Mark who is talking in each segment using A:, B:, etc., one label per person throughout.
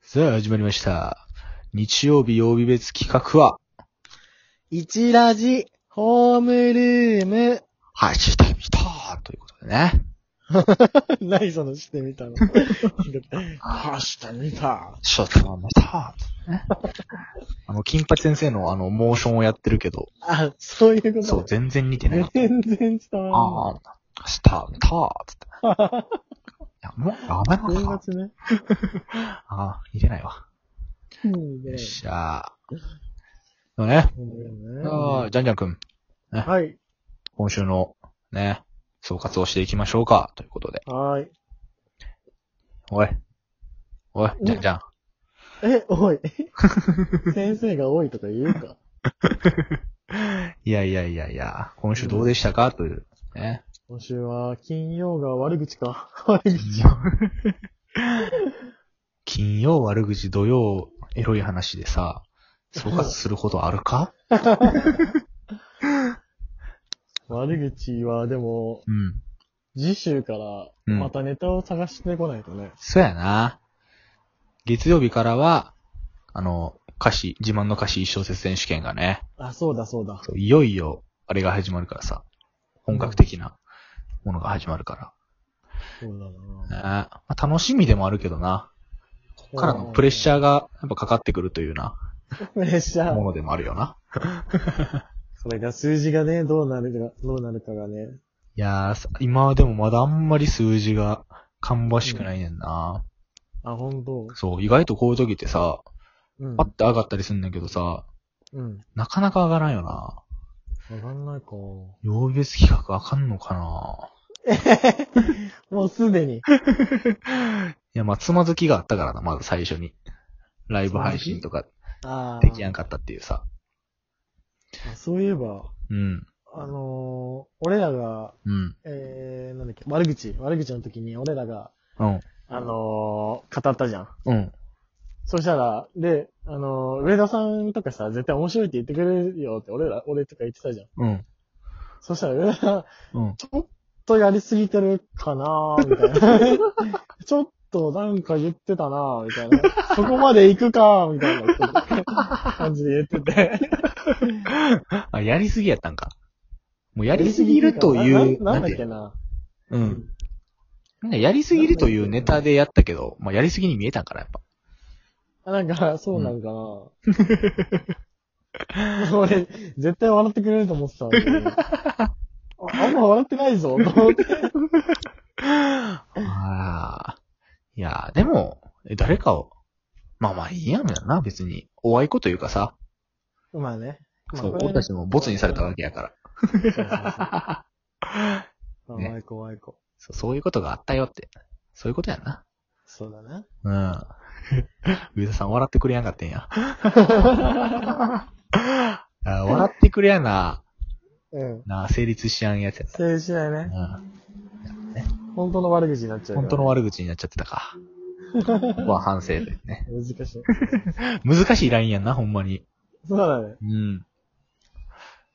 A: さあ、始まりました。日曜日曜日別企画は、
B: 一ラジ、ホームルーム。
A: はい、してみたということでね。
B: 何そのしてみた の。はしてみた。
A: ショットまたあの、金八先生のあの、モーションをやってるけど、
B: あ、そういうこと。
A: そう、全然似てない。
B: 全然伝わ
A: あー、した、たーっつって。
B: ら ない
A: や、もう、あまり。な
B: 年
A: かっ
B: 末ね。
A: た。あー、似てないわ。
B: うんね
A: よっしゃー。でもね、
B: そうだよ
A: あ
B: ね
A: ーじゃんじゃんくん、
B: はい。
A: 今週の、ね、総括をしていきましょうか、ということで。
B: はい。
A: おい。おい、じゃんじゃん。
B: え、おい。 先生が多いとか言うか。
A: いやいやいやいや、今週どうでしたか、という。ね。
B: 今週は、金曜が悪口か。悪口。
A: 金曜悪口、土曜エロい話でさ、総括するほどあるか
B: 悪口は、でも、
A: うん。
B: 次週から、またネタを探してこないとね。
A: そうやな。月曜日からは、あの、歌詞、自慢の歌詞一小節選手権がね、
B: あ、そうだそうだ。
A: そういよいよ、あれが始まるからさ、本格的なものが始まるか
B: そうだな
A: ら。ねまあ、楽しみでもあるけどな。こっからのプレッシャーがやっぱかかってくるというな、
B: プレッシャー。
A: ものでもあるよな。
B: それが数字がね、どうなるか、どうなるかがね。
A: いやー、さ今はでもまだあんまり数字が芳しくないねんな、
B: あ、本当。
A: そう、意外とこういう時ってさ、
B: うん。
A: パッて上がったりすんだけどさ、
B: うん。
A: なかなか上がらんよな。
B: わかんないか。
A: 曜日別企画上がんのかな
B: もうすでに。
A: いや、まあ、つまずきがあったからな、まず最初に。ライブ配信とか
B: あ
A: できやん
B: か。
A: かったっていうさ。
B: そういえば、
A: うん、
B: あのー、俺らが、
A: うん、
B: えー、なんだっけ、悪口、悪口の時に俺らが、
A: うん、
B: あのー、語ったじゃん。
A: うん。
B: そしたら、で、あのー、上田さんとかさ、絶対面白いって言ってくれるよって俺ら、俺とか言ってたじゃん。
A: うん。
B: そしたら上田さん、
A: うん。
B: ちょっとやりすぎてるかなーみたいな。 ちょっとなんか言ってたなーみたいな。そこまで行くかーみたいな感じで言ってて。
A: あ、やりすぎやったんか。もうやりすぎるという、
B: なな
A: なん
B: だ
A: ん
B: って
A: い
B: け
A: う
B: な。
A: のう。。
B: うん
A: なんかやりすぎるというネタでやったけど、まあ、やりすぎに見えたんから、やっぱ。
B: あなんか、そうなんかな。俺、絶対笑ってくれると思ってたのに。ああんま笑ってないぞ、と思って。
A: ああ。いや、でも、え誰かを、まあまあいいやんだな、別に。おあいこというかさ、
B: まあね。まあ
A: そう、
B: これ
A: 俺たちもボツにされたわけやか
B: そうそうそう
A: ら。
B: まあ
A: ね
B: 怖い怖い子。
A: そうそういうことがあったよって。そういうことやんな。
B: そう だね。
A: うん。上田さん笑ってくれやんかってんや。あ笑ってくれやな、
B: うん。
A: な、成立しやんやつや
B: 失礼しないね。
A: な。
B: 本当の悪口になっ
A: う
B: ち
A: ん。
B: ゃうから、
A: 本当の悪口になっちゃってたか。ここは反省でね。
B: 難しい。
A: 難しいラインやんな、ほんまに。
B: そうだね。
A: うん。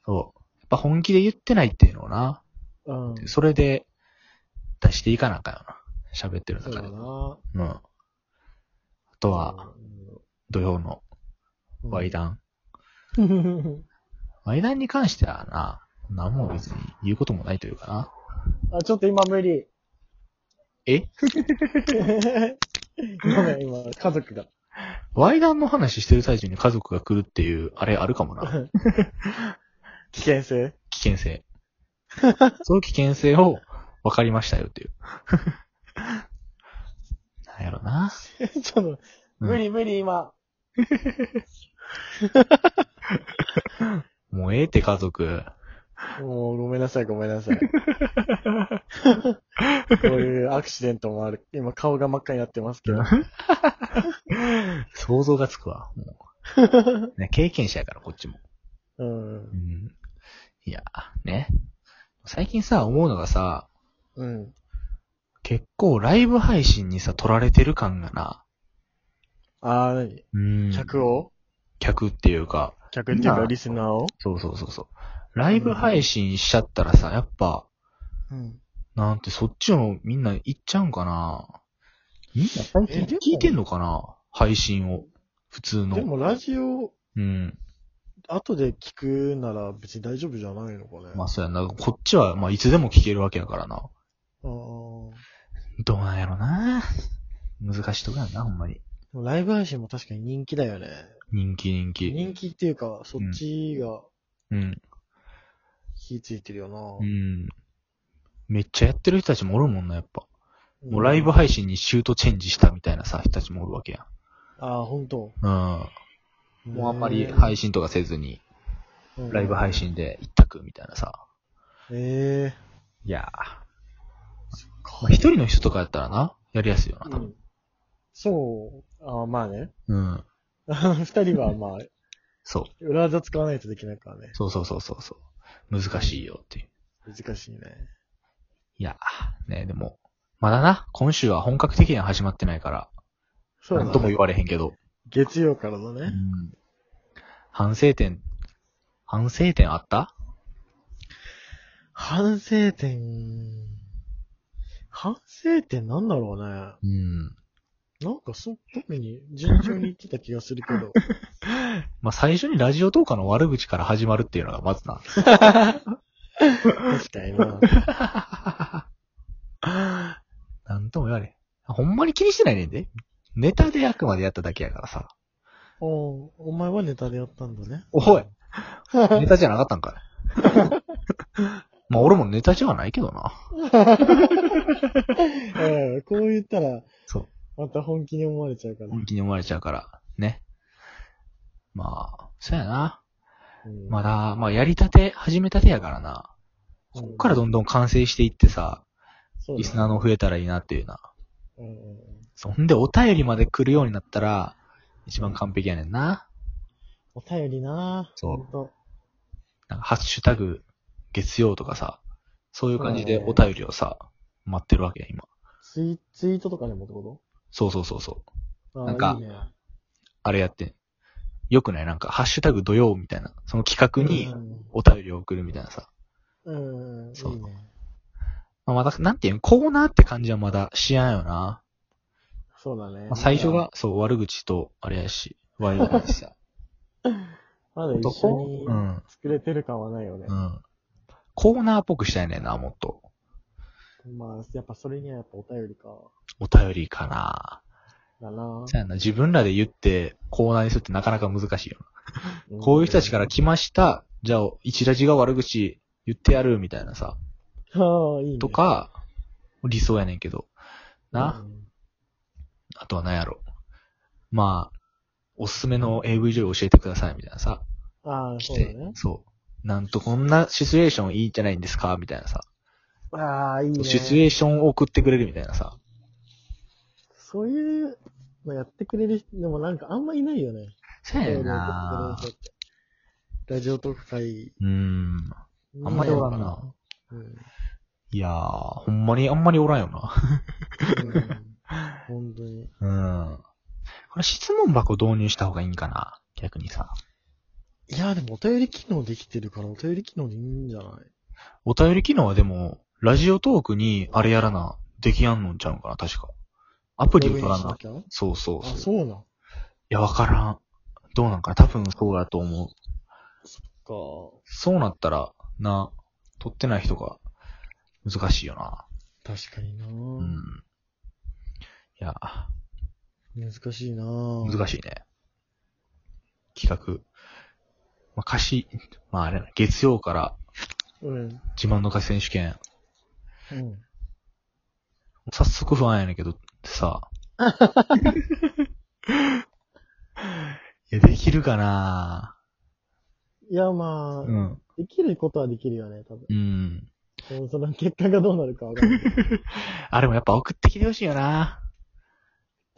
A: そう。やっぱ本気で言ってないっていうのをな、
B: うん。
A: それで出していかなあかんよな。喋ってる
B: そう
A: 中
B: だ
A: で。うん。
B: な。
A: あとは、土曜のワイダン。
B: うん。
A: ワイダンに関してはな、何も別に言うこともないというかな。
B: あ、ちょっと今無理。
A: え
B: ごめん、今、家族が。
A: ワイダンの話してる最中に家族が来るっていう、あれあるかも な。
B: 危険性
A: 危険性。その危険性を分かりましたよ っていう。なんやろな。
B: ちょっと、無理無理今。
A: もうええって家族。
B: もう、ごめんなさい、ごめんなさい。こういうアクシデントもある。今、顔が真っ赤になってますけど。
A: 想像がつくわ、も う。ね、経験者やから、こっちも。
B: うん
A: う。ん。いや、ね。最近さ、思うのがさ、
B: うん。
A: 結構ライブ配信にさ、取られてる感がな。
B: あー、なに
A: うん。
B: 客を
A: 客っていうか、
B: 客っていう
A: ま
B: か、
A: あ
B: リスナーを
A: そうそうそうそう。ライブ配信しちゃったらさ、やっぱ、
B: うん。
A: なんてそっちもみんな行っちゃうんかな。みんな最近
B: えでも
A: 聞いてんのかな配信を。普通
B: で
A: の。
B: もラジオ、
A: うん。
B: 後で聞くなら別に大丈夫じゃないのかね。
A: まあそうやな。こっちは、まあいつでも聞けるわけやからな。
B: あー
A: どうなんやろな。難しいとこやな、ほんまに。
B: でもライブ配信も確かに人気だよね。
A: 人気人気。
B: 人気っていうか、そっちが
A: うん。
B: 火ついてるよな。
A: うん。めっちゃやってる人たちもおるもんな、やっぱ。
B: うん
A: もうライブ配信にシュートチェンジしたみたいなさ、人たちもおるわけや
B: ああ、ほんと。
A: ん。うん。もうあんまり
B: い、
A: 配信とかせずに、
B: うん
A: ライブ配。信で一択みたいなさ。
B: え
A: いやー。まあ一人の人とかやったらな、やりやすいよ
B: え
A: な、多分。
B: そう。ああ、まあね。
A: うん。
B: 二人はまあ、
A: そう。
B: 裏技使わないとできないからね。
A: そうそうそうそうそう。難しいよっていう。
B: 難しいね。
A: いやー、ね、でも、まだな、今週は本格的には始まってないから、
B: そう
A: な
B: だ
A: ん
B: ね
A: とも言われへんけど。
B: 月曜からだ
A: う
B: ね。
A: ん反省点、反省点あった
B: 反省点、反省点なんだろうね。
A: うん。
B: なんかそ、特に順調に言ってた気がするけ ど。
A: まあ、最初にラジオトーカーの悪口から始まるっていうのがまずな。
B: 確かにな。
A: なんとも言われへん。ほんまに気にしてないねんで。ネタであくまでやっただけやからさ。
B: おうお前はネタでやったんだね。
A: おい ネタじゃなかったんかい。まあ、俺もネタじゃないけどな。
B: うんこう言ったら、
A: そう。
B: また本気に思われちゃうから。
A: 本気に思われちゃうから、ね。まあ、そうやな。
B: うん
A: まだ、まあ、やりたて、始めたてやからな。こっからどんどん完成していってさ、
B: そうだ
A: リスナーの増えたらいいなっていうな。
B: うんうんうん
A: そんで、お便りまで来るようになったら、一番完璧やねんな。
B: お便りな
A: そう
B: ほんと
A: なんか、ハッシュタグ、月曜とかさ、そういう感じでお便りをさ、待ってるわけや、今。
B: ツイ、ツイートとかでもってこ
A: そうそうそうそう。
B: とあー
A: なんか
B: いいね
A: あれやってん。よくないなんか、ハッシュタグ土曜みたいな、その企画に
B: うん
A: お便りを送るみたいなさ。
B: うんうん、い
A: そう
B: いね。
A: まあ、まだ、なんていうの、コーナーって感じはまだしないよな。
B: そうだね。
A: まあ、最初が、そう、悪口と、あれやし、ワイワイでした。
B: まだ 一緒
A: 男
B: に
A: うん、
B: 作れてる感はないよね
A: う。ん。コーナーっぽくしたいねんな、もっと。
B: まあ、やっぱそれにはやっぱお便りか。
A: お便りかな。
B: だな
A: そうやな、自分らで言って、コーナーにするってなかなか難しいよな。こういう人たちから来ました。じゃあ、一ラジが悪口言ってやる、みたいなさ。
B: ら、ああ、いいね。
A: とか、理想やねんけど。
B: うん、
A: な、あとは何やろ。まあ、おすすめの AV 女優教えてください、みたいなさ。
B: ああ、
A: 来
B: そう
A: て、
B: だね。
A: そう。なんとこんなシチュエーションいいんじゃないんですかみたいなさ。
B: ああ、いいね。
A: シチュエーションを送ってくれるみたいなさ。
B: そういうのやってくれる人、でもなんかあんまいないよね。
A: そうやねんな
B: そういうのやってくれる人ってラジオトーク会。
A: うーん。あんまりおらんな。
B: うん。
A: いやー、ほんまにあんまりおらんよな。
B: うん本当に。
A: うん。これ質問箱導入した方がいいんかな逆にさ。
B: いや、でもお便り機能できてるから、お便り機能でいいんじゃない
A: お便り機能はでも、ラジオトークにあれやらな、できやんのんちゃうんかな確か。アプリを取ら
B: ログイン
A: な
B: し。きゃ
A: そうそうそう。
B: あ、
A: い
B: そうなん。
A: や、わからん。どうなんかな多分そうだと思う。
B: か。
A: そうなったら、な、取ってない人が、難しいよな。
B: 確かにな、
A: うん。いや、
B: 難しいな
A: 難しいね。企画。まあ、歌詞、まああれやな、月曜から
B: うん。
A: 自慢の歌詞選手権。
B: うん。
A: 早速不安やねんけど、さ。いや、できるかない
B: や、まあ、
A: うん。
B: できることはできるよね、多分。
A: うん。
B: でもその結果がどうなるかわかんない。で
A: あれもやっぱ送ってきてほしいよな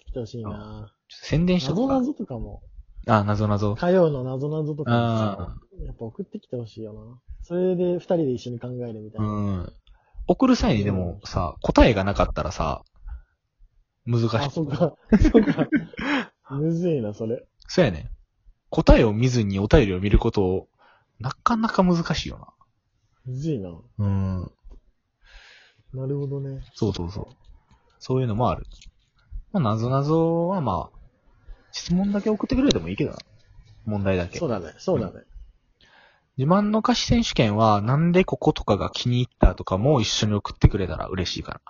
B: きてほしいな
A: ちょっと宣伝しと
B: 謎
A: くか
B: 々。とかも、
A: あ、謎謎。
B: 火曜の謎々とか
A: あ
B: も、やっぱ送ってきてほしいよな。それで二人で一緒に考えるみたいうな。
A: ん。送る際にでもさ、答えがなかったらさ、難しい。
B: あ、そうか。そうか。むずいな、それ。
A: そうやねん。答えを見ずにお便りを見ることを、なかなか難しいよ
B: むずいな。
A: な。うん。
B: なるほどね。
A: そうそうそう。そういうのもある。まあ、なぞなぞはまあ、質問だけ送ってくれてもいいけどな。問題だけ
B: そ。うだね、そうだね。
A: 自慢の歌詞選手権は、なんでこことかが気に入ったとかも一緒に送ってくれたら嬉しいか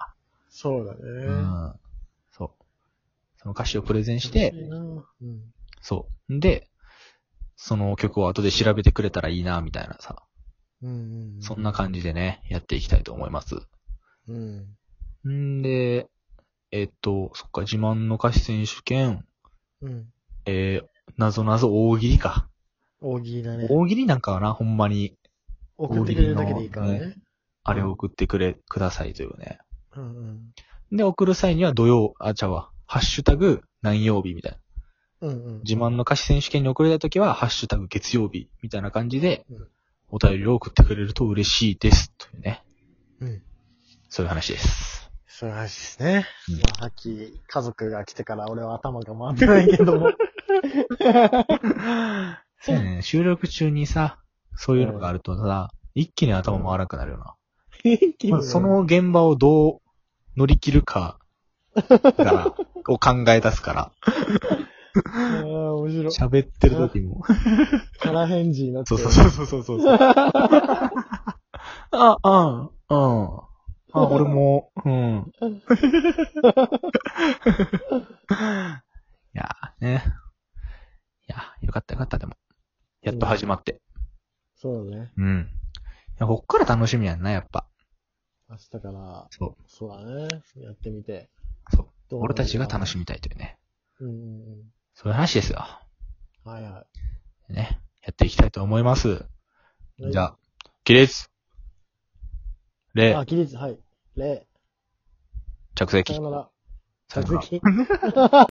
B: そうだね。
A: ら。うん。そう。その歌詞をプレゼンして、
B: 楽いなうん。
A: そう。で、その曲を後で調べてくれたらいいな、みたいなさ。
B: うん
A: そんな感じでね、やっていきたいと思います。
B: じ。うん。
A: んで、えっと、そっか、自慢の歌詞選手権、
B: うん。
A: えー、なぞなぞ大喜利か。
B: 大喜利だね。
A: 大喜利なんかはな、ほんまに、
B: 送ってくれるだけでいいからね。
A: あれを送ってくれ、くださいというね。
B: うんうん。
A: で、送る際には土曜、あ、ちゃうわ、ハッシュタグ、何曜日みたいな。
B: うんうん。
A: 自慢の歌詞選手権に送れたときは、ハッシュタグ、月曜日みたいな感じで
B: うん、
A: お便りを送ってくれると嬉しいです。というね。
B: うん。
A: そういう話です。
B: そういう話ですね。
A: うん
B: まあ、さっき、家族が来てから俺は頭が回ってないけども。
A: そう やね、収録中にさ、そういうのがあるとさ、一気に頭回らなくなるよな。まずそ、の現場をどう乗り切るかが、を考え出すから、
B: ああ、面白い。
A: 喋ってる時も。
B: 空返事になって
A: そう
B: る。
A: そうそうそう そうそう。あ、あ、うん。あ、俺も、うん。 いや、ね。いや、よかったよかった、でも。やっと始まって。
B: そうだね。
A: うん。いや、こっから楽しみやんな、やっぱ。
B: 明日から、
A: そう。
B: そうだね。やってみて。
A: そう。俺たちが楽
B: し
A: しみたいというね。
B: うんうん
A: そういう話ですよ。
B: うん。はいは
A: ね。やっていきたいと思います。
B: い。
A: じゃあ、起立。
B: はい。
A: 礼
B: あ、、起立、はい。礼。
A: 着
B: さ
A: 席。
B: よなら。
A: さよなら
B: 続き。